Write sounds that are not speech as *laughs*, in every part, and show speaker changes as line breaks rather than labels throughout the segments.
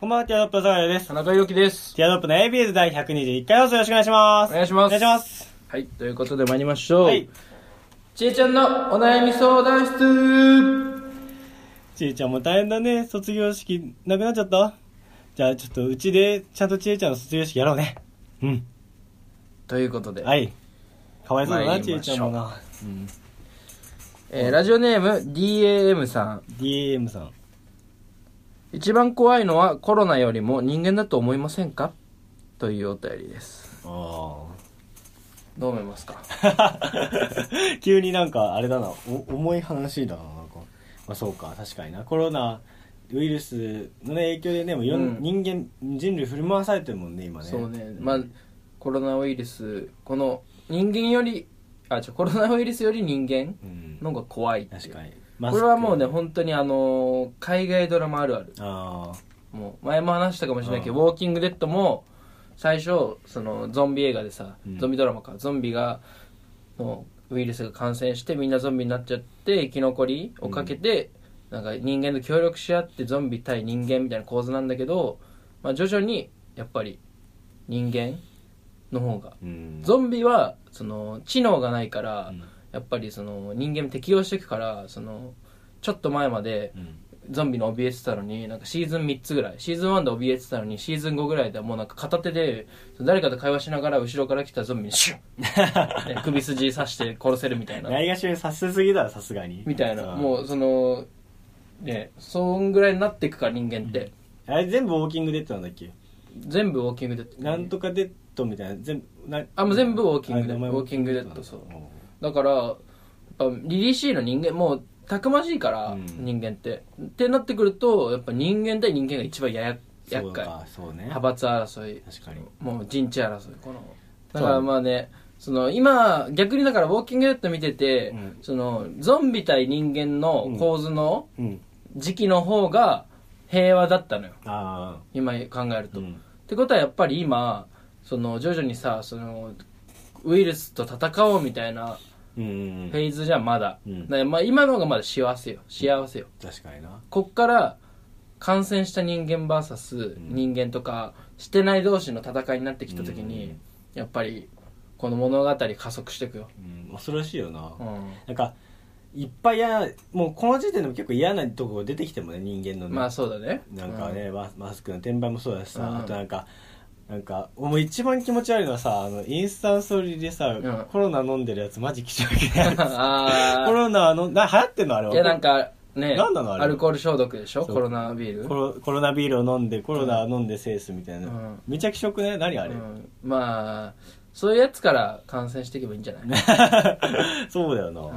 こんばんは、ティアドロップの坂井です。
田中裕樹です。
ティアドロップの ABS 第121回放送よろしくお願いします。
お願いします
お願いします。
はい、ということで参りましょう。
はい。
ちえちゃんのお悩み相談室
ちえちゃんも大変だね。卒業式なくなっちゃったじゃあちょっとうちでちゃんとちえちゃんの卒業式やろうね。うん。
ということで、
はい。かわいそうだ
参
な、ち
り
え
まし
ち
ょう
ゃんもな。
えーラジオネーム DAM さん。
DM さん。
一番怖いのはコロナよりも人間だと思いませんかというお便りです。
あ
どう思いますか
あ。 *laughs* 急になんかあれだな、お重い話だな、なんか。まあそうか、確かにな。コロナウイルスの、ね、影響でね、もういろん、
うん
人間、人類振り回されてるもんね、今ね。
そうね、まあ、コロナウイルス、この人間より、あ、じゃコロナウイルスより人間
うん。
の方が怖いっていう
確かに。
これはもうね、
マスク
本当にあのー海外ドラマあるある。
あ
もう前も話したかもしれないけど「ウォーキングデッド」も最初そのゾンビ映画でさ、
うん
ゾンビドラマかゾンビがのウイルスが感染してみんなゾンビになっちゃって生き残りをかけて、なんか人間と協力し合ってゾンビ対人間みたいな構図なんだけど、まあ、徐々にやっぱり人間の方が
あ。うん
ゾンビはその知能がないから、
うん
やっぱりその人間も適応していくからそのちょっと前まで
うん
ゾンビの怯えてたのになんかシーズン3つぐらいシーズン1で怯えてたのにシーズン5ぐらいではもうなんか片手で誰かと会話しながら後ろから来たゾンビにシュッ
*laughs*
ね首筋刺して殺せるみたいな
ないがしろにさせすぎだろさすがに
みたいな
うん
もうそのねそんぐらいになっていくから人間って、
あれ全部ウォーキングデッドなんだっけ
全部ウォーキングデッド
なんとかデッドみたいな全部な
あもう全部ウォーキングデッド
あ名前
ウォーキングデッドそう
うん
だからやっぱリリーシーの人間もうたくましいから、
うん
人間ってってなってくるとやっぱ人間対人間が一番やや
そ
厄
う
介
かそうね
派閥争い
確かに
もう陣地争いこの
そう
だからまあねその今逆にだからウォーキングデッド見てて、
うん
そのゾンビ対人間の構図の
うん
時期の方が平和だったのよ
あ
今考える
あ
と、
う
っ
ん
てことはやっぱり今その徐々にさそのウイルスと戦おうみたいな
うん
フェーズじゃまだ,、
うん
まあ、今の方がまだ幸せよ幸せよ
確かにな
こっから感染した人間 VS 人間とかしてない同士の戦いになってきた時に、
うん
やっぱりこの物語加速していくよ、
うん恐ろしいよな
う
なんかいっぱい嫌もうこの時点でも結構嫌なとこが出てきてもね人間の
ん、
ね
まあそうだね
なんかね、ママスクの転売もそうだしさ、
うん
あとなんかなんかもう一番気持ち悪いのはさあのインスタンストリーでさ、
ん
コロナ飲んでるやつマジ気持ち
う
悪 *laughs*
ん
いやつコ
*laughs* あ
ロナのな流行ってんのあれ
あ
はい
やなんかね
なんなのあれ
アルコール消毒でしょ
そう
コロナビール
コロコロナビールを飲んでコロナ飲んでセースみたいな、
うん
めちゃ気色ね何あれ、
うんまあそういうやつから感染していけばいいんじゃない、
*laughs* そうだよな、
うん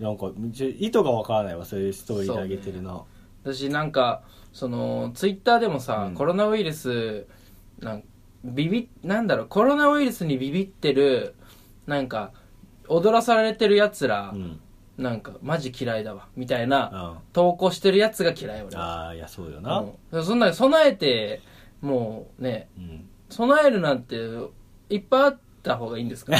なんかめっちゃ意図がわからないわそういうストーリーであげてるな、
私なんかそのツイッターでもさ、
うん
コロナウイルスなんビビなんだろうコロナウイルスにビビってるなんか踊らされてるやつら、
うん、
なんかマジ嫌いだわみたい
うん
な
あ
投稿してるやつが嫌い俺は
あいやそうよな、
うんそんな備えてもうね
うん、 *laughs*
備えるなんていっぱいあった方がいいんですか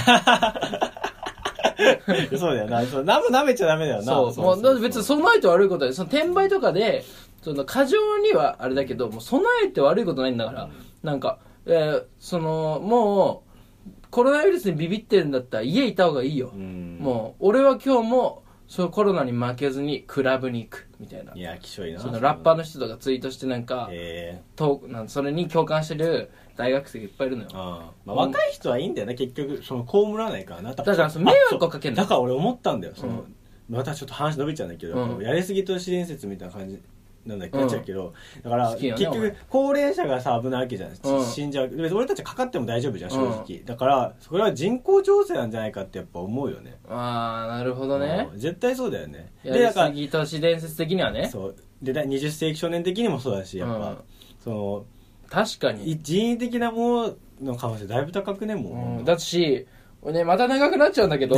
そうだよなそう何も舐めちゃダメだよな
そうもうだって別に備えて悪いことはその転売とかでその過剰にはあれだけどもう備えて悪いことないんだから、なんか、えーそのもうコロナウイルスにビビってるんだったら家いた方がいいよ、
うん
もう俺は今日もそうコロナに負けずにクラブに行くみたいない
や気性いいな
そのラッパーの
人
人とかツイートしてなんか、
ええ
となんそれに共感してる大学生がいっぱいいるのよ
あまあ、若い人はいいんだよな、結局その被らないからなだ
だからその迷惑をかけんの
だから俺思ったんだよその、
う
またちょっと話伸びちゃうんだけど、
うん
やりすぎ都市伝説みたいな感じなんだっけな
うん
っちゃうけど、だから、
好きよ
結
ね
局高齢者がさ危ないわけじゃん、
うん
死んじゃう別に俺たちかかっても大丈夫じゃん正直、
う
だからそれは人口調整なんじゃないかってやっぱ思うよね
ああなるほどね
うん絶対そうだよね
やりすぎ都市伝説的にはね
そうでだ20世紀少年的にもそうだしやっぱ、
うん
その
確かに
い人為的なものの可能性だいぶ高くねもう、
うん、だし、ね、また長くなっちゃうんだけ *laughs* ど、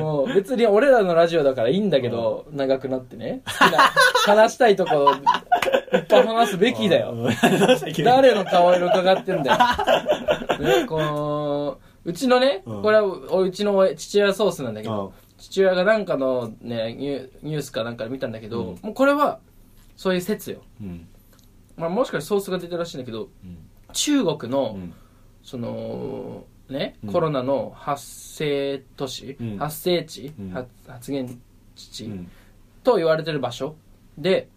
もう別に俺らのラジオだからいいんだけど、長くなってね。好きな、話したいとこ、いっぱい話すべきだ
*laughs*
よ。
よ
誰の顔色伺ってんだよ。ね、この、うちのね、
うん
これはおうちのお父親ソースなんだけど、父親がなんかのね、ニュニュースかなんかで見たんだけど、
うん
もうこれは、そういう説よ。
うん
まあ、もしかしてソースが出てるらしいんだけど
うん
中国の、
うん
そのね、
うん
コロナの発生都市、
うん
発生地、
うん
発発言地、
うん
と言われてる場所で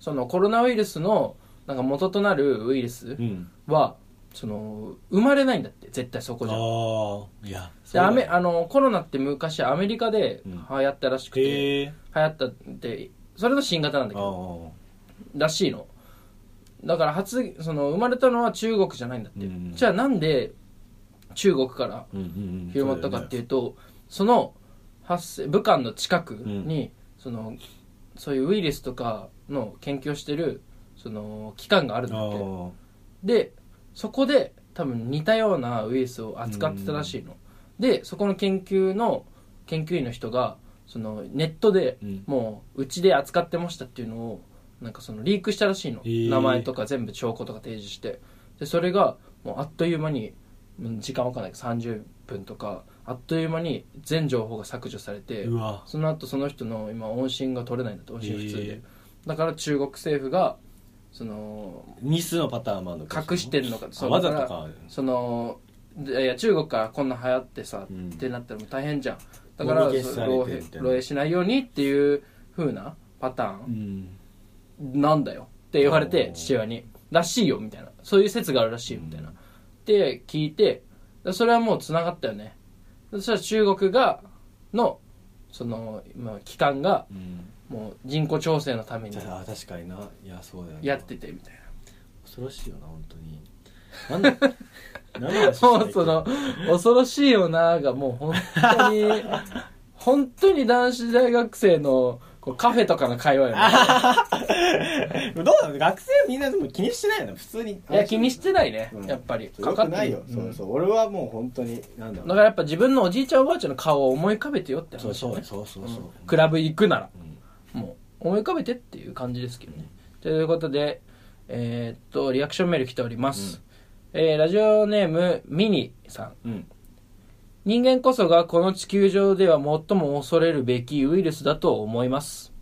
そのコロナウイルスのなんか元となるウイルス
うん
は、その生まれないんだって絶対そこじゃで
ああいや
アメあのコロナって昔アメリカで
うん
流行ったらしくて、
へえ
流行ったってそれの新型なんだけ
あ
ど
あ
らしいのだから発その生まれたのは中国じゃないんだって、
うん
じゃあなんで中国から
うんうんうん
広まったかっていううとその発生武漢の近くに、そのそういうウイルスとかの研究をしてるその機関があるん
だ
だって
よね
でそこで多分似たようなウイルスを扱ってたらしいの、でそこの研究の研究員の人がそのネットで
うん
もううちで扱ってましたっていうのをなんかそのリークしたらしいの、
へー
名前とか全部証拠とか提示してでそれがもうあっという間にうん時間わかんないけど30分とかあっという間に全情報が削除されて
うわ
その後その人の今音信が取れないんだって音信不通で、
へー
だから中国政府がその
ミスのパターンもあるのか
隠してるのか
そ
そうう
わざ
だ
と
から
か
そのいやいや中国からこんな流行ってさ、
うん
ってなったらもう大変じゃんだから
もみ消しされ
そ
て
の
みたいな
漏洩漏洩しないようにっていうふうなパター
う
ン
ん
なんだよって言われて
おー
父親にらしいよみたいなそういう説があるらしいみたいな、で聞いてでそれはもうつながったよねそしたら中国がのその、まあ、機関が
うん
もう人口調整のために
じゃあ確かにないやそうだよな
やっててみたいな
恐ろしいよな本当になんだ
*laughs*
何の話してたっけ
もうその「恐ろしいよな」がもう本
*laughs*
当に本当に男子大学生のこうカフェとかの会話よね
どうなの学生はみんなでも気にしてないよな普通に
いや気にしてないね、
うん
やっぱり
よくないよ
かかって
そ
る
うそう俺はもう本当になんだ
だ
ろう
からやっぱ自分のおじいちゃんおばあちゃんの顔を思い浮かべてよって話
そうそう
ね
そうそうそう
うんクラブ行くなら
うん
もう思い浮かべてっていう感じですけどねということでえーっとリアクションメール来ております、えーラジオネームミニさん
うん
人間こそがこの地球上では最も恐れるべきウイルスだと思います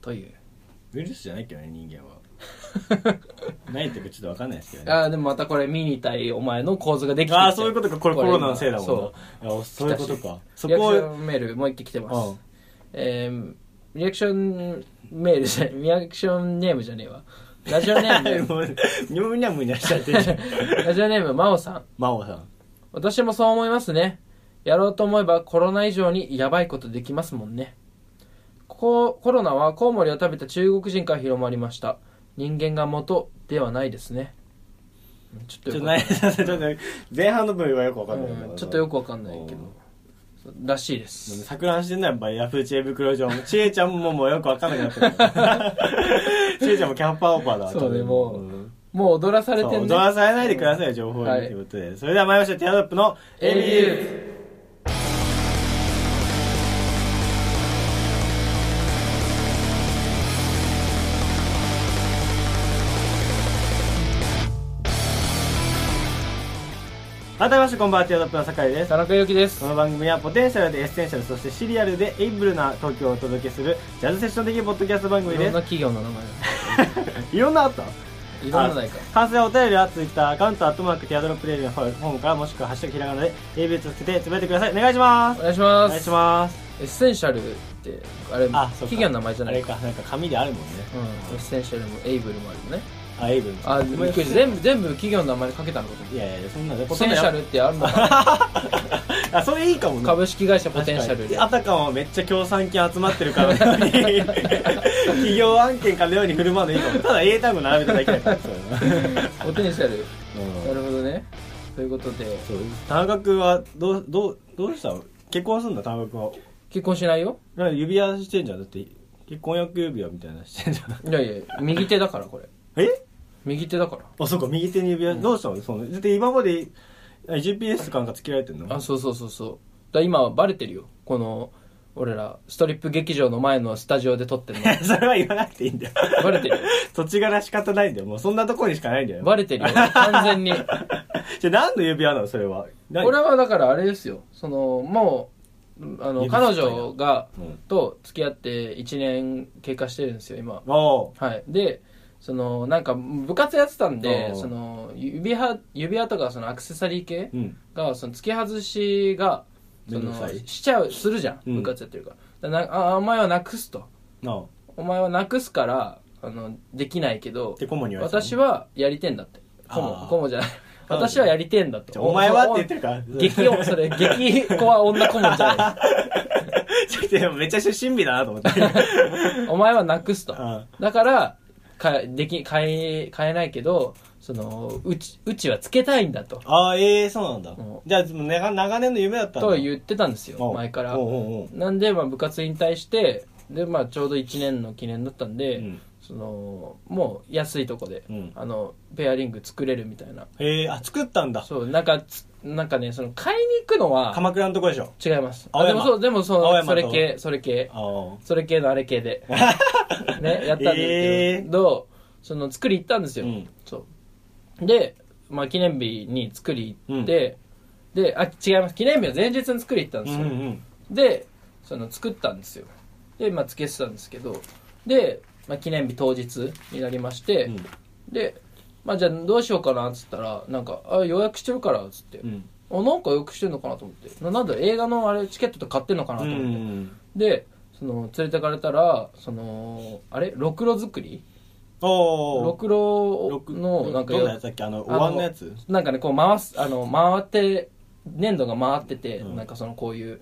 という
ウイルスじゃないけどね人間は *laughs* 何言ってるかちょっと分かんないですけどね
あーでもまたこれミニ対お前の構図ができてきて
ああそういうことかこれコロナのせいだもんな
そ
いやそういうことか
う
そ
リアク
こ
シ
を
ョンメールもう一回来てます、
うん
えーリアクションメールじゃリアクションネームじゃねえわラジオ
*laughs*
ネーム
もうむにゃむにゃしち
*laughs*
ゃってるじゃん
ラジオネーム真央さん
真央さん
私もそう思いますねやろうと思えばコロナ以上にやばいことできますもんねこコロナはコウモリを食べた中国人から広まりました人間が元ではないですねちょ
ちょ
っ
っと
とよく
何ちょっと前半の部分はよく分かんないけ
う
ど
んちょっとよくわかんないけ
うん
どそうらしいです
錯乱してんなやっぱりヤフー知恵袋上もちえちゃんももうよく分かんなくなって
*laughs*
るちえちゃんもキャンパーオーバーだわ
そうね
多分
もうんもう踊らされ
そう
てんね
踊らされないでくださいよ情報にと
はい
いうことでそれでは参りましょうティアドロップの ABU
ABU
改めましてこんばんはティアドロップの酒井です
田中裕樹です
この番組はポテンシャルでエッセンシャルそしてシリアルでエイブルな東京をお届けす
*laughs*
るジャズセッション的ポッドキャスト番
い
組
ろ
で
んな企業の名前
すいろんなあった
いろんなないか
あ完成お便りはツイッターアカウントアットマークティアドロップレディのフォームからもしくはハッシュタグひらがなで AV つけてつぶやいてくださいお願いします
お願いしま
お
す
願いします
エッセンシャルってあれ
あそうか
企業の名前じゃ
あ
な
れ
いか
かなんか紙であるもんね
うん、エッセンシャルもエイブルもあるもんね
あエイブル
あびっくりした全部全部企業の名前でかけたのかと思っ
いやいやそんな
たポテンシャルってあるのかな
あそれいいかもね
株式会社ポテンシャル
確かに
で
あたかもめっちゃ協賛金集まってるかのように企業案件かのように振る舞うのいいかもただ英単語並べただけだからそう
ポテンシャルな
うん
るほどねということで
そう田中君はどうどうどうしたの結婚すんだ田中君は
結婚しないよ
なんか指輪してんじゃんだって結婚約指輪みたいなのしてんじゃん
いやいや右手だからこれ
え
右手だから
あそうか右手に指輪、どうしたのそのだって今まであ GPS とかなんかつけられてんの *laughs*
あそうそうそうそうだから今はバレてるよこの俺らストリップ劇場の前のスタジオで撮ってるの
それは言わなくていいんだよ
バレてるよ
*laughs* 土地柄仕方ないんだよもうそんなとこにしかないんだよ
バレてるよ完全
*laughs*
に
じゃあ何の指輪なのそれは何
俺はだからあれですよそのもうあの
指
彼
深いな
女が
うん
と付き合って1年経過してるんですよ今
おう
はいでそのなんか部活やってたんで
おう
その指輪指輪とかそのアクセサリー系
うん
がその付け外しがそ
めんど
の
くさい
しちゃうするじゃ
うん
ん部活やってるから,、だからなあお前はなくすと
なあ *laughs*
お前はなくすからあのできないけど
でコモに言われたの
私はやりてんだって
あ
コモ
ー
コモじゃ
*laughs*
ない
あー
私はやりてんだ
じ
と
ゃあお前はって言ってるから
激おそれ激子は女顧問じゃないで
ちょっとでもめっちゃ出身日だなと思って
すお前はなくすと
あ
だからかでき買え買えないけどそのうちうちはつけたいんだと
*laughs* あーええそうなんだ
うん
じゃあでも長長年の夢だったんだ
と言ってたんですよ
お
前から
おうおうおう
なんでまあ部活引退してでまあちょうど1年の記念だったんで、
うん
そのもう安いとこで、
うん
あのペアリング作れるみたいな
ええあ作ったんだ
そうなんかつなんかねその買いに行くのは
鎌倉のとこでしょ
違いますあ
青
で
山
もそうでも
青
そう
山
そ
と
れ系それ系
ああ
それ系のあれ
*laughs*
系でねやったんです
え
けど、その作り行ったんですよ、
うん
そうで、まあ、記念日に作り行って、であ違います記念日は前日に作り行ったん
う
で
ん
す
う
よ、
ん
でその作ったんですよでまあつけてたんですけどで、まあ、記念日当日になりまして、
うん
で、まあ、じゃあどうしようかなっつったらなんかあ予約してるからっつって、
うん
あなんか予約してるのかなと思ってななんだ映画のあれチケットとか買ってんのかな
う
と
んう
思って、
ん
でその連れてかれたらそのあれろくろ作り
お
ろ
お
くろのなんか
どんなやつだっけあのお
あの
椀のやつ
なんかねこう回すあの回って粘土が回ってて、
うん
なんかそのこういう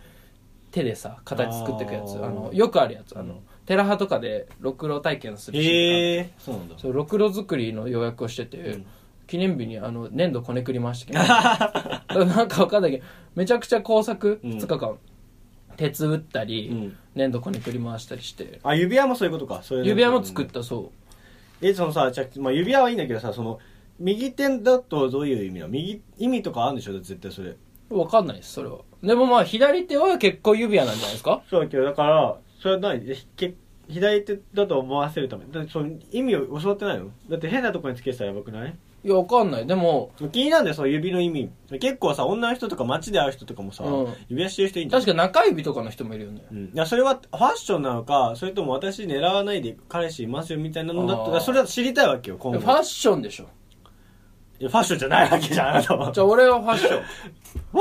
手でさ形作っていくやつ
あー
あのよくあるやつあの、
うん
テラハとかでろくろ体験するし、
ええそうなんだ
そうろくろ作りの予約をしてて、
うん
記念日にあの粘土こねくり
*laughs*
ましたけどだからなんかわかんないけどめちゃくちゃ工作
うん
2日間、鉄打ったり、
うん
粘土こねくり回したりして
あ指輪もそういうことかそういうの
指輪も作ったそう
えそのさじゃあまあ、指輪はいいんだけどさその右手だとどういう意味なの右意味とかあるんでしょ絶対それ
わかんないです、それは。でもまあ、左手は結構指輪なんじゃないですか
そうだけどだからそれは何ひけ左手だと思わせるためだってその意味を教わってないのだって変なとこにつけてたらやばくない
いや、わかんない。でも、
気になるんだよその指の意味結構さ女の人とか街で会う人とかもさ、
うん
指輪してる人いいんじゃん
確か中指とかの人もいるよね。
うん、いやそれはファッションなのかそれとも私狙わないで彼氏いますよみたいなのだったら
あー
それは知りたいわけよ今
フ
後
ァッションでしょ。
いやファッションじゃないわけじゃんあなたは
じゃあ俺はファッ
*laughs*
ション。フ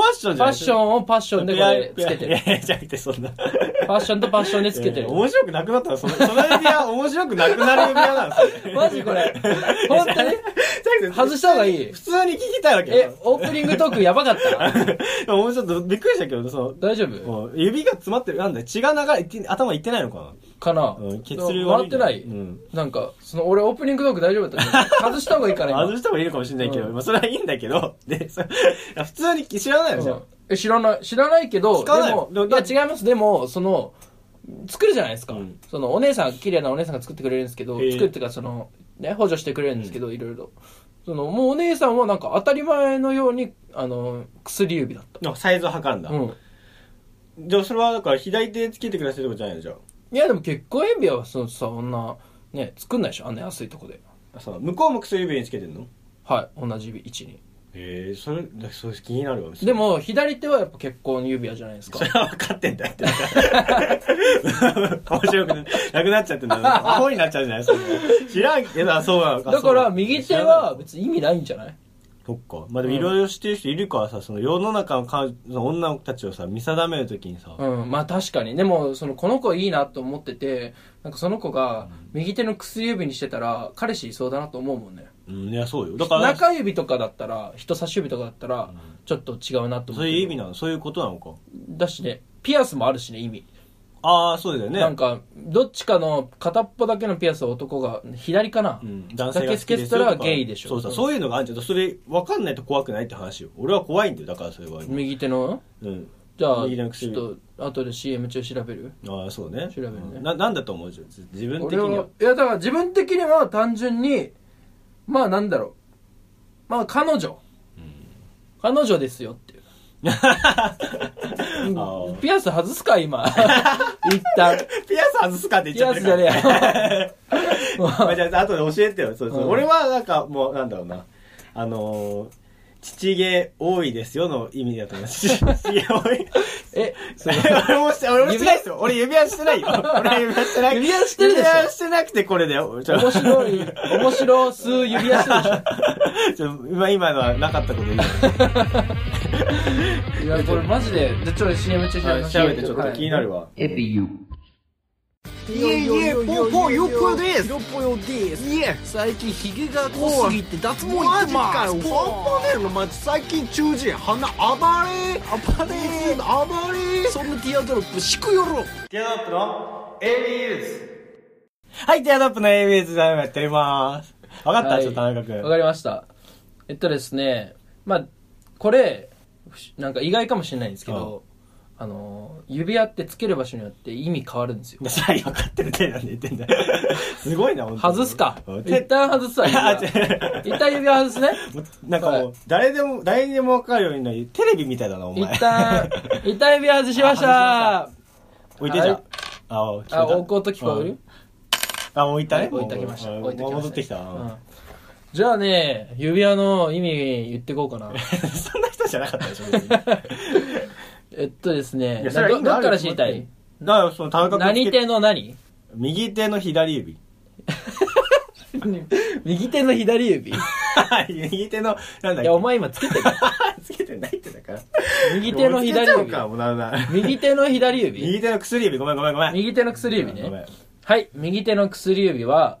ファッションじゃ
ァ
な
ッ
い
ションをパッションでこれつけて
いや
る。
いやいやじゃなくてそんな
ファッションとパッションで *laughs* つけて
いや
る
いや。面白くなくなったらそのその指輪面白くなくなる指輪なんですよ *laughs*
マジこれ。本当に
じゃなくて
外した方がいい
普通に聞きたいわけ
え
よ、
オープニングトークやばかっ
*laughs*
た
でももうちょっとびっくりしたけどそ
大丈
の
夫
もう指が詰まってるなんだ血が流れて頭いってないのか
かな
な、うん、血流
回
悪
っ
ん
て
だ
ない
うん
なんか、その俺オープニングトーク大丈夫だったけど外した方がいいから
外
今
した方がいいのかもしれないけど、
うん
まあ、それはいいんだけどでそ普通に知らないよじゃ
うんえ知らない知らないけど
聞かない
でもい
だ
や違いますでもその作るじゃないですか、
うん
そのお姉さん綺麗なお姉さんが作ってくれるんですけど、
ええ
作るっていうかその、ね、補助してくれるんですけど、いろいろそのもうお姉さんはなんか当たり前のようにあの薬指だっ
あサイズを測るんだ、
た、うん、
じゃあそれはだから左手つけてくださいとかじゃないのじゃ
いやでも結婚指輪はそのそんなね作んないでしょあんな安いとこで
あそう向こうも薬指につけてんの
はい同じ位置に
ええそれだそれ気になるわ
でも左手はやっぱ結婚指輪じゃないです
*laughs*
か
それは分かってんだって。面白くななくなっちゃってんだ。アホになっちゃうじゃないそれ知らんけど、あそうなのか。
だから右手は
知らない
別に意味ないんじゃない
そっか。まあでもいろいろ知ってる人いるからさ、その世の中の彼女の女たちをさ、見定めるときにさ、
うん、まあ確かに。でも、その、この子いいなと思ってて、なんかその子が、右手の薬指にしてたら、彼氏いそうだなと思うもんね。
うん、いや、そうよ。だから、
中指とかだったら、人差し指とかだったら、ちょっと違うなと思って。
そういう意味なのそういうことなのか。
だしね、ピアスもあるしね、意味。
ああ、そうだよね。
なんか、どっちかの片っぽだけのピアスを男が、左かな、
うん、男性が好きで
だけつけて
す
た
よと
ら
か
ゲイでしょ。
そうさ、そういうのがあるじゃん。それ、わかんないと怖くないって話よ。俺は怖いんだよ、だからそれは今。
右手の
うん。
じゃあ、
右の
ち
薬
ょっと、後で CM 中調べる
ああ、そうね。
調べるね
うんな、なんだと思うじゃん。自分的
俺
には
は。いやだから自分的には単純にまあなんだろうまあ彼女、彼女ですよっていう
あー
ピアス外す
*laughs*
か今一旦
ピアス外すかって言っ
ピ
ちゃってるか
アスじゃね
ら。
えよも
まあじゃあ、後で教えてよ。そうそう。
うん
俺は、なんか、もう、なんだろうな。あのー父毛多いですよの意味だと思いま
*laughs*
す。父毛多い。
えその
俺もして、俺もしてないですよ。俺指輪してないよ。俺は指輪してない。
指輪してるでしょ
指輪してなくてこれだよ。ちょ
面白い面白数指輪してるでし
ちょ
ょ
今今のはなかったこと言う。
いや、これマジで、じゃあちょっと CM 中
はい調べてちょっと気になるわ。
最近ヒゲが濃すぎて脱毛行
マ
ってます
ジかよ本当だよなマジ最近中耳鼻暴れ暴れ暴れ
そんなティアドロップ敷くよろ
ティアドロップの ABUs。はい、ティアドロップの ABUs でやっております。わかった、
はい
ちょっと田中
わか
君。
りました。えっとですね、まあ、これ、ふしなんか意外かもしれないんですけど、あの、指輪ってつける場所によって意味変わるんですよ。
*laughs* さあ、分かってる手なんで言ってんだよ。 *laughs* すごいな、本当に
外すか。一
手
旦外すわ、指
あ
輪
違う
一旦指輪外すね。
なんかも
は
う、誰でも、誰にでも分かるようになるテレビみたいだな、お前。
一旦、一旦指輪外しました。あ、
*laughs* 置いてじゃん
はい。
あ、聞こえた
置こうと聞こえる
あ、置いたね。
置いてきました。
うん
置いてきました。
戻ってきた。
うんじゃあね、指輪の意味言ってこ
*laughs*
うかな。
*laughs* そんな人じゃなかったでしょ別に。 *laughs*
えっとですね
い、やそれは
ど
意
どっ
味がある
から知りたい
だから、その田中君
何
つけ
手
*laughs*
の何
右手の左指。 *laughs*
右手の左指い
右手の、なんだっけ
や、お前今つけてる。
*laughs* つけてないってだから。
右手の左
もうつけ
指
ち *laughs* ゃう。かもうだんだん
右手の左指
右手の薬指、ごめんごめんごめん。
右手の薬指
ごめん
ね。はい、右手の薬指は、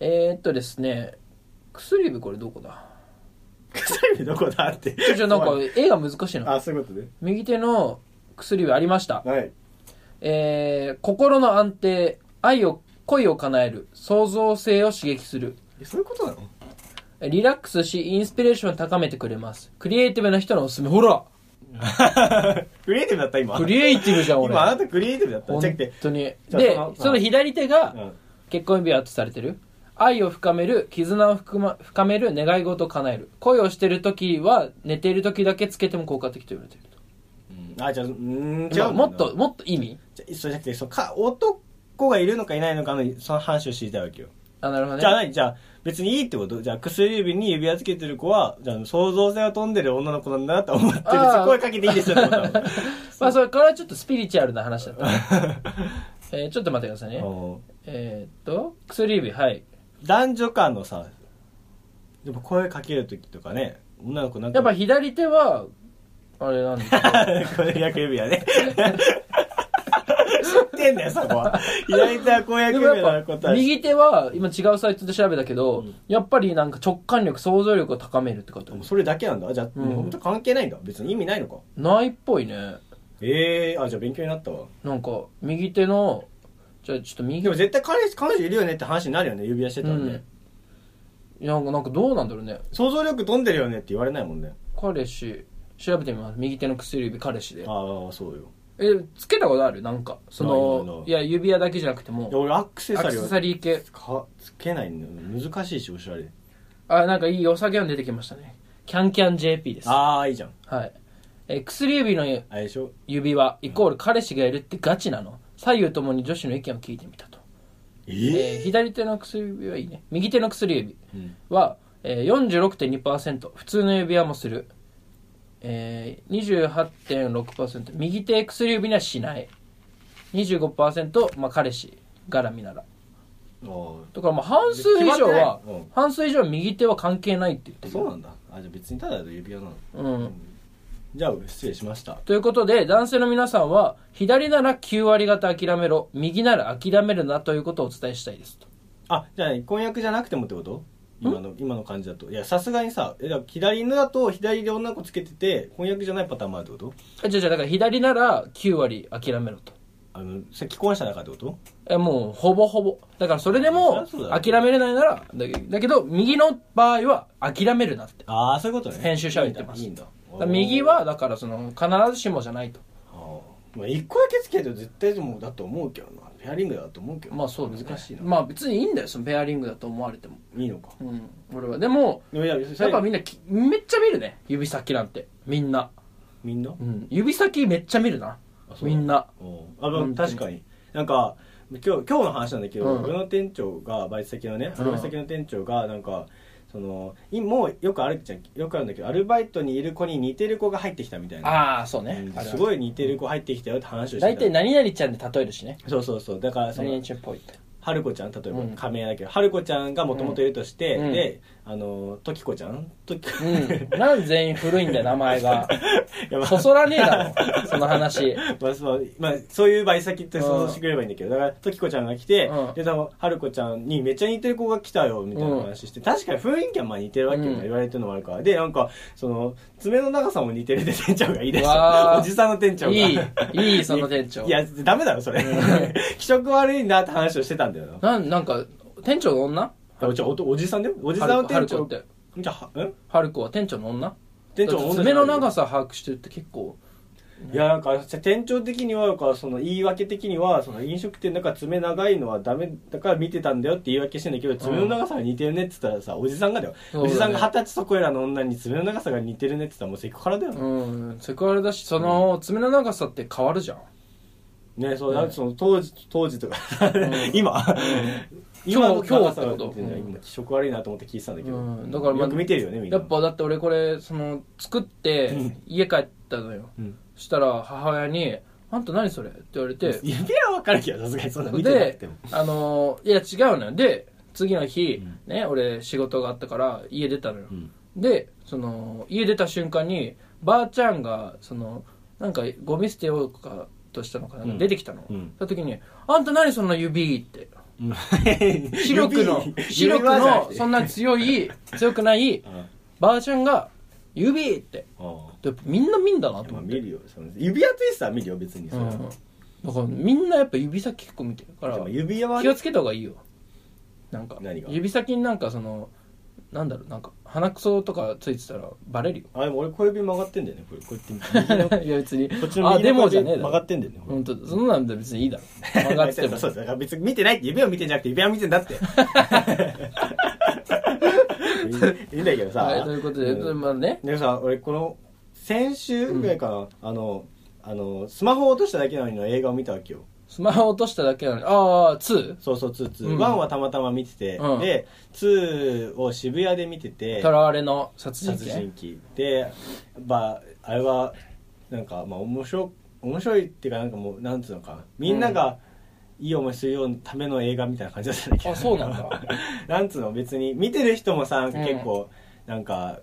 えー、っとですね、薬指これどこだ
薬指どこだって。
ちょちょ、な
*laughs*
んか
ごめん
絵が難しいの。
あ、そういうことね。
右手の薬指ありました。
はい。
えー、心の安定、愛を、恋を叶える、創造性を刺激する。
えそういうことなの
リラックスし、インスピレーションを高めてくれます。クリエイティブな人のおすすめ。ほら
*laughs* クリエイティブだった今。
クリエイティブじゃん、俺。
今あなたクリエイティブだった。
本
チェックで。
当に。で
じゃあそ、の
その左手が
うん
結婚指輪とされてる。愛を深める、絆を深,、ま、深める、願い事を叶える。恋をしてる時は、寝ている時だけつけても効果的と言われてると。
あ、じゃあ、うーん、違う
まあ
んだ
もっと、。もっと意味
じゃあそうじゃなくて、そうか、男がいるのかいないのかの、その話を知りたいわけよ。
あ、なるほどね。
じゃあ何じゃあ、別にいいってことじゃあ、薬指に指輪つけてる子は、じゃあ、想像性が飛んでる女の子なんだなと思ってる
あー
し、声かけていいですよってことなの
*laughs* まあ、それからちょっとスピリチュアルな話だったね。 *laughs* えーちょっと待ってくださいね。
うん
えーっと、薬指、はい。
男女間のさ、でも声かけるときとかね、女の子なんか。
やっぱ左手は、あれなんだ
*laughs*
けど
婚約指輪ね。知ってんだよ、そこは。左手は婚約
で
指
も
輪
や
の
っ
こ
ぱ
とは知って
右手は今違うサイトで調べたけど、やっぱりなんか直感力想像力を高めるって書いてある
それだけなんだ。じゃあ、
うん
本当関係ないんだ。別に意味ないのか。
ないっぽいね
ええあ、じゃあ勉強になったわ。
なんか右手のじゃあちょっと右
でも絶対彼氏、彼女いるよねって話になるよね、指輪してたんで。
うん、なんかなんかどうなんだろうね
想像力飛んでるよねって言われないもんね。
彼氏調べてみます右手の薬指彼氏で
ああ、そうよ。
えつけたことあるなんかそ
ないないな
の
い
いや指輪だけじゃなくて
いや
も
俺、アクセ
ア
サ
ク
リ
セ
ー
サ
は
リー系
かつけないの。難しいし、おしゃれ。
あなんかいいお酒が出てきましたねキャンキャン JP ですは
ああ、いいじゃん。
いえ薬指の
あれでしょ
指輪イコール彼氏がいるってガチなの左右ともに女子の意見を聞いてみたと、
え
えー
ー、
左手の薬指はいいね右手の薬指
うん
は、えー、46.2%普通の指輪もする、えー、28.6%右手薬指にはしない25%、まあ、彼氏絡みなら
あー
だからもう半数以上
決ま
は、
ってないうん
半数以上は右手は関係ないって言ってる
そうなんだ。あ、じゃあ別にただの指輪なの。
うん
じゃあ、失礼しました。
ということで、男性の皆さんは、左なら9割方諦めろ、右なら諦めるなということをお伝えしたいですと。
あじゃあね婚約じゃなくてもってこと今の今の感じだといやさすがにさえだから左犬だと左で女の子つけてて婚約じゃないパターンもあるってこと
えじゃあじゃあだから左なら9割諦めろと。
あのそれ既婚者だからってこと
え、もう、ほぼほぼ。だからそれでも
そりゃそう、だ
諦めれないなら、だだけど、右の場合は諦めるなって。
ああそういうことね
編集者は言ってます
いいんだいいんだ
だから右は、だからその、必ずしもじゃないと。
あーまあ一個だけつけて絶対でもだと思うけどなペアリングだと思うけど
まあそうですね
難しいな、
まあ別にいいんだよ、そのペアリングだと思われても。
いいのか
うん、俺は。でも、
でもいや
や
や
っぱみんなき、めっちゃ見るね、指先なんて。みんな。
みんな
うん、指先めっちゃ見るな
あ。そう
みんな。
おあ
う
ま
ん
あ確かになんか今日今日の話なんだけど、
うん
俺の店長がバイト先のね
うん
バイト先の店長がなんかそそのいもうよくあるじゃんよくあるんだけどアルバイトにいる子に似てる子が入ってきたみたいな、
ああそうね、
うん
あるある
すごい似てる子入ってきたよって話をしてた
大体何々ちゃんで例えるしね
そうそうそうだからそ
何
の
々ちゃんっぽいって
春子ちゃん例えば
うん
仮名だけど、春子ちゃんがもともといるとして、
うん
であの時子ちゃん時子、
うんなんで全員古いんだよ名前が
*laughs* や *laughs* ば
そそらねえだろその話
*laughs* まあそうまあ、そういう場合先って想
うん
像してくれればいいんだけどだから時子ちゃんが来て、
うん
ででも春子ちゃんにめっちゃ似てる子が来たよみたいな話して、確かに雰囲気はまあ似てるわけよ、
うん
言われてるのもあるからでなんかその爪の長さも似てるで店長が言い出し
うわ
た
ー
おじさんの店長が
いいいいその店長
いやダメだろそれ、 *laughs* 気色悪いなって話をしてたんだよな
なんなんか店長の女
あじゃあおおじさんでおじさんの店
春子
長
って
じゃあはん
春子は店長の女
店長
だって
女じ
爪
ゃない
の長さ把握してるって結構
いやなんかじゃあ店長的にはだからその言い訳的にはその飲食店だから爪長いのはダメだから見てたんだよって言い訳してんだけど爪の長さが似てるねって言ったらさおじさんがだよ
そうだ
お
ね
じさんが二十歳そこいらの女に爪の長さが似てるねって言ったらもうセクハラだよね,、
うんセクハラだしその爪の長さって変わるじゃん
ねそう
うん
なんかその当時当時とか *laughs* 今、今の長さが似てるね
今日
今気色悪いなと思って聞いてたんだけど、
うんだからまあ
よく見てるよねみんな
やっぱだって俺これその作って
うん
家帰ったのよ、
うん
そしたら母親に「あんた何それ?」って言われて
指輪は分かるけどさすがにそんな見てなく
で
ても、
あのーいや違うのよで次の日、ね俺仕事があったから家出たのよ、
ん
でその家出た瞬間にばあちゃんがそのなんかゴミ捨てようかとしたのかな、
うん
出てきたの、
うん
その時に「あんた何その指」って視
白
力の視力のそんな
*laughs*
強い強くないばあちゃんが「指」ってでみんな見んだなと
まあ
思っ
見
て、
るよその指輪ついてたら見るよ別にそれ
う
は、
ん、だからみんなやっぱ指先結構見てるから
でも指輪は
気をつけた方がいいよなんか
何が
指先になんかそのなんだろうなんか鼻くそとかついてたらバレるよ
あでも俺小指曲がってんだよねこれこうやって右のこ
*laughs* いや別に
っちの
あ
右
で
の
も
小
じゃ
指
ねえだ
曲がっ
ろ
てんだよねこれ
本当そんなんで別にい
*laughs*
いだろ曲がっても
そうそうだから別に見てないって指を見てんじゃなくて指輪見てんだって *laughs* いいんだけどさ、
はいということで、
うん
まあね
でもさ俺この先週ぐらいかな、あのあのスマホを落としただけなのにの映画を見たわけよ
スマホ落としただけなのにああ 2?
そうそう2、ツ
う
ー
ん
ワンはたまたま見てて、
うん
で2を渋谷で見てて
とらわれの殺人
殺人
鬼
鬼で、まあ、あれはなんかまあ面白面白いっていうかなんかもうなんつうのかみんながいい思いするようなための映画みたいな感じだったんだけど
あそうなんだ
*laughs* なんつうの別に見てる人もさなんか
うん
結構なんか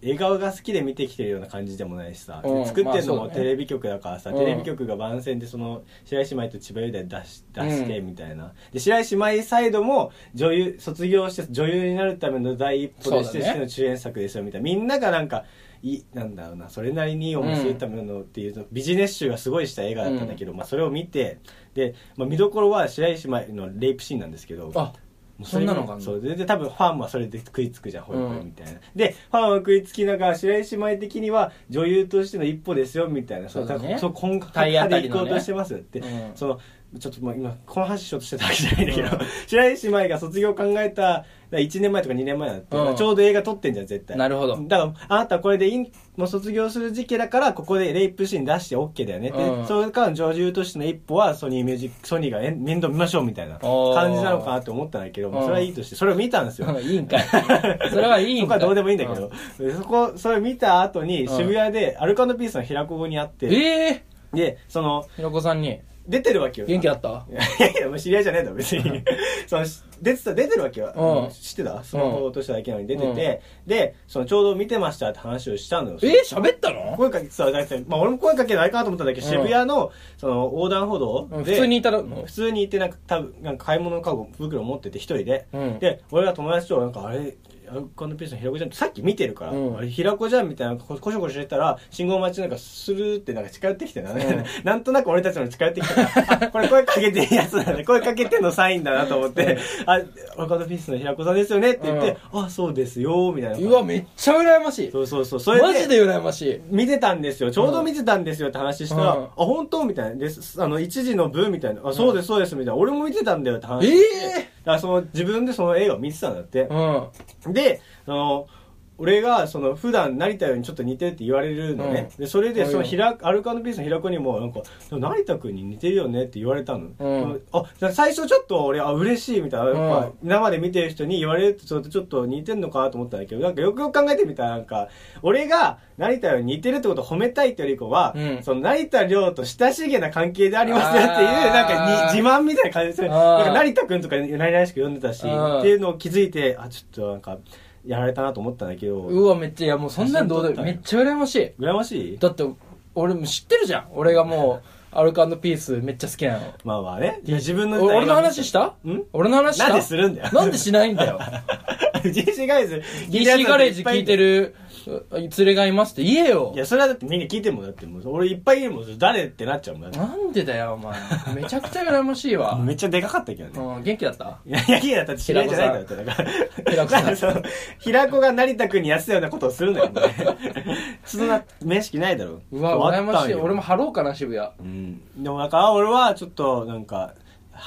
映画が好きで見てきてるような感じでもないしさ、
うん
作ってるの
まあそう
も
だね
テレビ局だからさ、
うん
テレビ局が番宣でその白石麻衣と千葉雄大出し出してみたいな、で白石麻衣サイドも女優卒業して女優になるための第一歩とし
そう
て
だね
の主演作ですよみたいなみんながなんかいなんだろうなそれなりにいい思いするためのっていうと、ビジネス集がすごいした映画だったんだけど、まあ、それを見てで、まあ、見どころは白石麻衣のレイプシーンなんですけど
あ
もう
そ
れ
ん
が
なのがあんの
そうでで多分ファンはそれで食いつくじゃんほいほいみたいな、でファンは食いつきながら白石麻衣的には女優としての一歩ですよみたいな
そうだね
そう今
体当
回
た
で
りのね
行こうとしてますって、
うん
そのちょっともう今この話しようとしてたわけじゃないんだけど、 *laughs* 白石麻衣が卒業考えた1年前とか2年前だって、
うん
ちょうど映画撮ってんじゃん絶対
なるほど
だからあなたはこれでいいもう卒業する時期だからここでレイプシーン出して OK だよねって、
うん
それから女優としての一歩はソニーミュージックソニーがえん面倒見ましょうみたいな
おー
感じなのかなって思ったんだけど、まあ
うん
それはいいとしてそれを見たんですよ
いい
*laughs*
んかい *laughs* それはいいんかい
そこはどうでもいいんだけど、そこそれ見た後に
うん
渋谷でアルカンドピースの平子に会っ
うん
て、
ええ
でその
ひろこさんに
出てるわけよ
元気だった
い *laughs* やいや、もう知り合いじゃねえんだ、別に。 *laughs* その、し出てた、出てるわけよ。
うん
知ってたスマホ落としただけなのに出てて、で、その、ちょうど見てましたって話をしたのよ。
えー喋ったの
声かけてた、だってまあ俺も声かけないかなと思ったんだけど、
うん
渋谷の、その、横断歩道
うん
で、
普通にいたらもう
普通に行って、なんか、多分なんか買い物のカゴ、袋持ってて一人で、
うん
で、俺が友達と、なんか、あれ、アルカンドピースの平子ちゃんってさっき見てるから、
うん
あれ平子じゃんみたいなここしょこしょしてたら信号待ちなんかスルーってなんか近寄ってきてな、 *laughs* なんとなく俺たちも近寄ってきた *laughs* からあこれ声かけてるやつだね声かけてのサインだなと思って「あワカドフィスの平子さんですよね」って言って「あそうですよ」みたいな
うわめっちゃ羨ましい
そうそうそうそれ
マジで羨ましい
見てたんですよちょうど見てたんですよって話したら「
うん
あ本当?」みたいなですあの1時の部みたいな「あそうですそうです」みたいな「俺も見てたんだよ」って話して、
ええ
だからその自分でその映画を見てたんだって、
うん
で、あの、俺がその普段成田よりちょっと似てるって言われるのね、
う
でそれで
はい
そのひらアルカンドピースの平子にもなんか「でも成田君に似てるよね」って言われたの、
うん
あじゃあ最初ちょっと俺あ嬉しいみたいなやっぱ生で見てる人に言われるとちょっとちょっと似てんのかと思ったんだけどなんかよくよく考えてみたらなんか俺が成田より似てるってことを褒めたいってよりかは、
うん
その成田亮と親しげな関係でありますよっていう
あー
なんかに自慢みたいな感じでする
あー
なんか成田君とか何々しく呼んでたし
うん
っていうのを気づいてあちょっとなんかやられたなと思ったんだけど
うわめっちゃいやもうそんなんどうでもめっちゃ羨ましい
羨ましい
だって俺も知ってるじゃん俺がもうアルカンドピースめっちゃ好きなの
まあまあねいや自分の
お俺の話した
ん *laughs*
俺の話した
なんでするんだよ
なんでしないん
*laughs*
だよ
DC ガレージ聞いてる
DC
やつだ
ガ
っ
レー
て
ジ
っぱい
聞
い
い
る
てる連れがいますって言えよ
いや、それはだってみんな聞いてもんだってもう、俺いっぱいいるもん、誰ってなっちゃうもんだっ
なんでだよお前めちゃくちゃ羨ましいわ
て。 *laughs* めっちゃでかかったけどね。
うん元気だった
いやいやいや、だって知り合いじゃないんだよだから。
平子さん
なんでその、平子が成田君にやってたようなことをするんだよ、お前そんな、面識ないだろ。
うわ
終
羨
わった
ま
ん
しい
よ
俺も。張ろうかな渋谷
うん。でもなんか、あ俺はちょっと、なんか、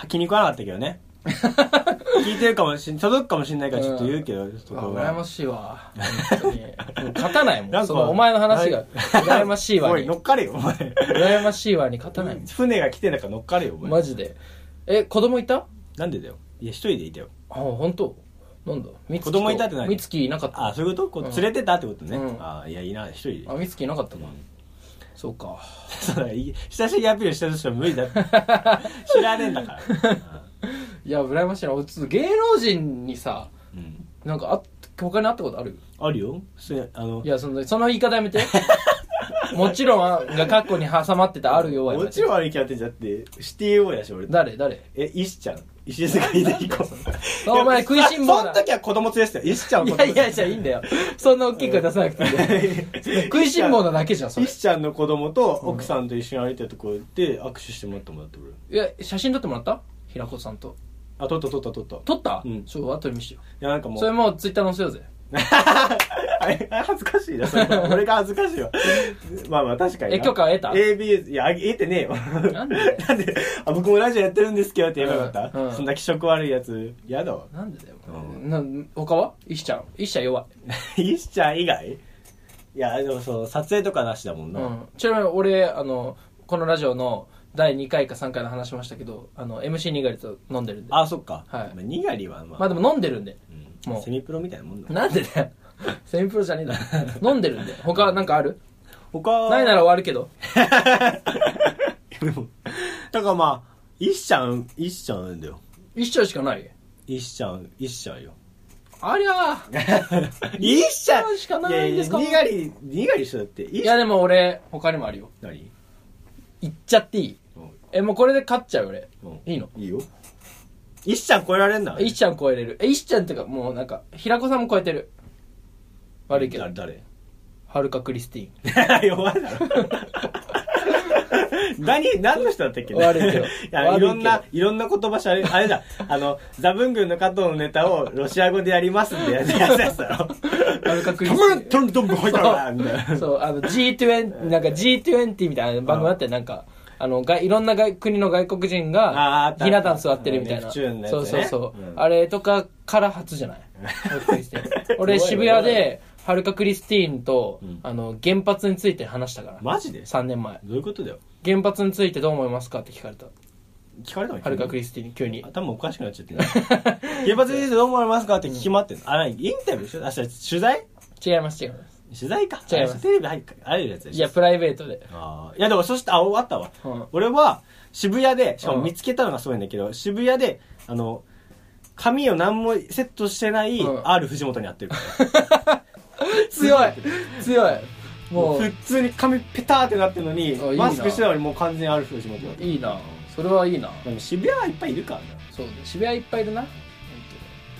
気に食わなかったけど *laughs* ね。聞いてるかもしん、届くかもしんないからちょっと言うけど、ちょっと
う
こ
わ
う
羨ましいわ本当にもう勝たない
な
も
ん
ん
か
そのお前の話
*laughs*
が羨ましいわ
おい、
に
乗っかれよ、お *laughs* 前。
羨ましいわに勝たないもん
船が来てんだから乗っかれよ、お前
マ。ジでえ子供いたあ
なんでだよ。いや、一人でいたよ。
本当なんだ美月
子
と
供いたって何
美月いなかった
あそういうことこ
うん
う連れてたってことね、
うん
あいやいいな一人で *laughs*
あ美月いなかったなそうか
そうだい親しいアピールしたとしても無理だって *laughs* 知らねえんだ *laughs* から、
いや羨ましいな俺ちょっと芸能人にさ
うん、
なんかあ他に会ったことある
あるよそれあの
いやそのその言い方や
*laughs*
めてもちろんはがカッコに挟まってたあるよはや
も
めて
ちろん悪いキャラってじゃってシティーボーイだし俺
誰誰
え石ちゃん石塚秀彦
*laughs* お前
いや
食いしん坊だ
その時は子供連れてたよ石ちゃん
い
は子
や
供連
いや
れ
い
て
やいいんだよそんな大きい声出さなくていいんだよ食いしん坊なだけじゃんそれ
石ちゃんの子供と奥さんと一緒に歩いてるとこで握手してもらったもんだって俺
いや写真撮ってもらった平子さんと
あ撮った撮った撮ったい
撮った
うん
ちょ後で見せてよ
やなんかもう
それもうツイッター載せようぜ
*laughs* あれ恥ずかしいな、それ。俺が恥ずかしい
*laughs*
わ。まあまあ、確かにな。
え許可は得た
?ABS、いや、あ得てねえよ。なん
で
あ、僕もラジオやってるんですけどってやばよかった、
うんうん
そんな気色悪いやつ、やだわ。 *laughs*
なんでだよ
うん
な他は石ちゃん石ちゃん弱い
石ちゃん以外いや、でもそう、撮影とかなしだもんな。
うんちなみに俺あのこのラジオの第2回か3回の話しましたけどあの MC にがりと飲んでるんで
あ、そっか。
は
ま
い
あ、にがりは、まあ、
まあでも飲んでるんで
うん
もう
セミプロみたいなもんだ。
なんでだよ *laughs* セミプロじゃねえだ
*laughs*
ろ飲んでるんで他はなんかある
他
ないなら終わるけど
でもだからまあ、石ちゃん、石ちゃんなんだよ。
一丁しかない
石ちゃん、石ちゃんよ。
ありゃ
*laughs*
あ
石ちゃん
石ちゃんしかないんですか
いやいやにがり、にがり一緒だって。
い
石ちゃ
や
ん。
でも俺他にもあるよ
何
言っちゃっていい
うん
えもうこれで勝っちゃう俺
うん
いいの
いいよ。石ちゃん超えられんな。
石ちゃん超えれるえ石ちゃんってかもうなんか平子さんも超えてる悪いけど
だ誰
はるかクリスティー
*laughs*
ン
弱いだろ。何、何の人だったっけ
悪いけ
*laughs*
ど
いや、
悪いけど
いろんな、いろんな言葉しゃれ、あれだ、あの、ザブン軍の加藤のネタをロシア語でやります
*laughs*
ってやつやつだろ。
はるかクリ
ト
ス
ムン
ティー
ト
ン
ントンブ入ったわみたいな。
そう、あの G20、なんか G20 みたいな番組あって、なんか、あの、がいろんな外国の外国人
あーあ
が
っ、た
ひな壇座ってるみたい
ネ
な。
プチューンのやつ
そ
ね
うそうそう、
うん
あれとかから初じゃない。
*laughs*
俺、渋谷で、はるかクリスティーンと、
ん
あの、原発について話したから。
マジで
?3 年前。
どういうことだよ。
原発についてどう思いますかって聞かれた。
聞かれたの
はるかク
リ
リスティーンに急に。
頭おかしくなっちゃって
*laughs*
ね。原発についてどう思われますかって聞き回ってんの。あ、何インタビューでしょあ、それ取材
違います、違います。
取材か。
違います
あテレビ入るあるやつでしょ
いや、プライベートで。
あーいやでもそしてあ終わったわ、 *laughs*
うん
俺は渋谷でしか
う
も
ん
見つけたのがすごいんだけど、渋谷であの髪を何もセットしてない
うん
R 藤本に会ってる、
強い強いもう
*laughs* 普、通に髪ペターってなってるのに
あいいな
マスクしてたのにもう完全に R 藤本だった
いいな。それはいいな。
でも渋谷はいっぱいいるからな
そうね渋谷いっぱいいるな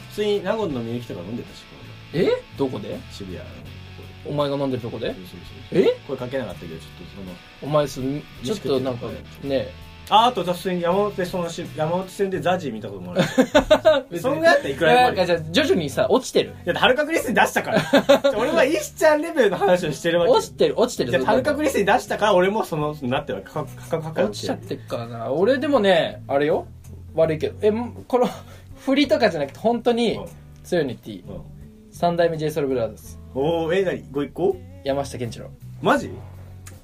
普通に名古屋のみゆきとか飲んでたし俺
えどこで
渋谷
お前が飲んでるとこで
え
え
声かけなかったけどちょっとその
お前すちょっとなんか
飯食って
ね
ああと普通に山手そのし山手線でザジー見たこと
*laughs*
もあるそんぐらいだったらいくらでもあ
なん
る
かじゃあ徐々にさ落ちてる
だって、はるかクリスに出した
*laughs*
から。俺は石ちゃんレベルの話をしてるわけ。
落ちてる落ちてる
じゃあ、はるかクリ
ス
スに出したから、俺もその、なってるわけ。かかかかか
落ちちゃってっからな俺でもねあれよ *laughs* 悪いけどえもうこの振りとかじゃなくて本当に
うん
強いに言っていい
うん
三代目 JSOULBROTHERS
おおえなにご一行
山下健二郎
マジ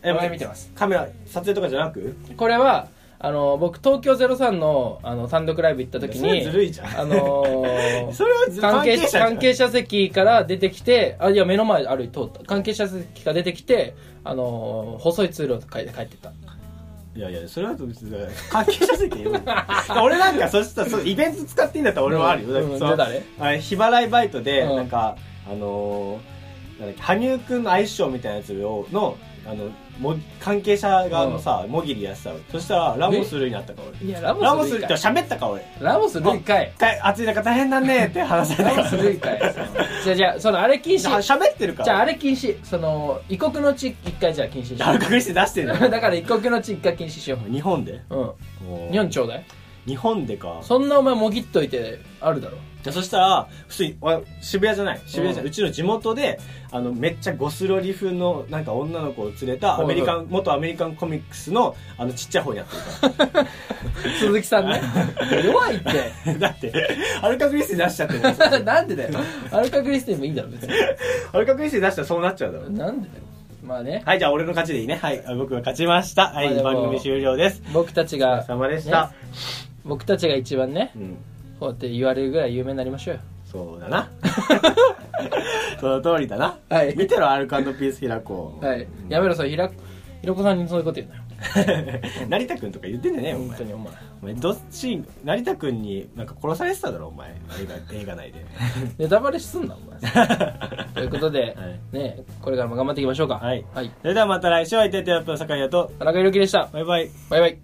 え
これ見てます
カメラ撮影とかじゃなく
これはあの僕東京03のあの単独ライブ行った時
それ
に
ずるいじゃん
あの
*laughs*
ー
それは
*laughs* 関係
者じ
者
ゃん
関係者席から出てきてあいや目の前歩いて通った関係者席から出てきてあのー細い通路を帰って帰ってった
いやいやそれは別に関係者席よ俺なんかそしたらそうイベント使っていいんだったら俺はあるよ、
うん
だって
うん
その
で誰
あれ日払いバイトで、
うん
なんかあのーなんだっけ羽生くんのアイスショーみたいなやつをのあのも関係者側のさ、もぎりやってたのそしたらラモスルになったか俺
いやラモス
ラモス
ル
ル
イ
っ
か
て
い
喋ったか俺
ラモスルイかい
一回暑い中大変だねって話され
ラ
た
モ
か
スルイかいじゃあじゃあそのあれ禁止
ら喋ってるから
じゃああれ禁止その異国の地一回じゃあ禁止しよ
誰か隠して出してるの
う *laughs* だから異国の地一回禁止しよ
日本で
ううん日
日
本ちょうだい
日本でか
そんなお前もぎっといてあるだろ
でそしたら普通にわ渋谷じゃない渋谷じゃない、う
うん
ちの地元であのめっちゃゴスロリ風のなんか女の子を連れたアメリカン、元アメリカンコミックスのあのちっちゃい方やってるか
鈴木さんね弱いっ *laughs*
ら *laughs* だってアルカクリスティ出しちゃってる
てなんでだよアルカクリスティンもいいんだろ別に
アルカクリスティ出したらそうなっちゃうだろ
なんでだよまあね
はいじゃあ俺の勝ちでいいねはいあ僕が勝ちましたはい
まあでも
番組終了です
僕たち
お疲れ
が
様でした、
ね僕たちが一番ね
うん
こうやって言われるぐらい有名になりましょうよ
そうだな *laughs* その通りだな、
はい
見てろアルカピース平子
はいやめろそれひらひろこさんにそういうこと言うな
*laughs*
よ
成田君とか言ってんじゃねえよお
本
前
当にお前
お前どっち成田君になんか殺されてただろお前映画映画内で
ネタバレすんなお
*laughs*
前ということで、
はい
ねこれからも頑張っていきましょうか
はい
はい、
それではまた来週お会いいたいテラップの酒井と
田中裕樹でした
バイバイ
バイバイ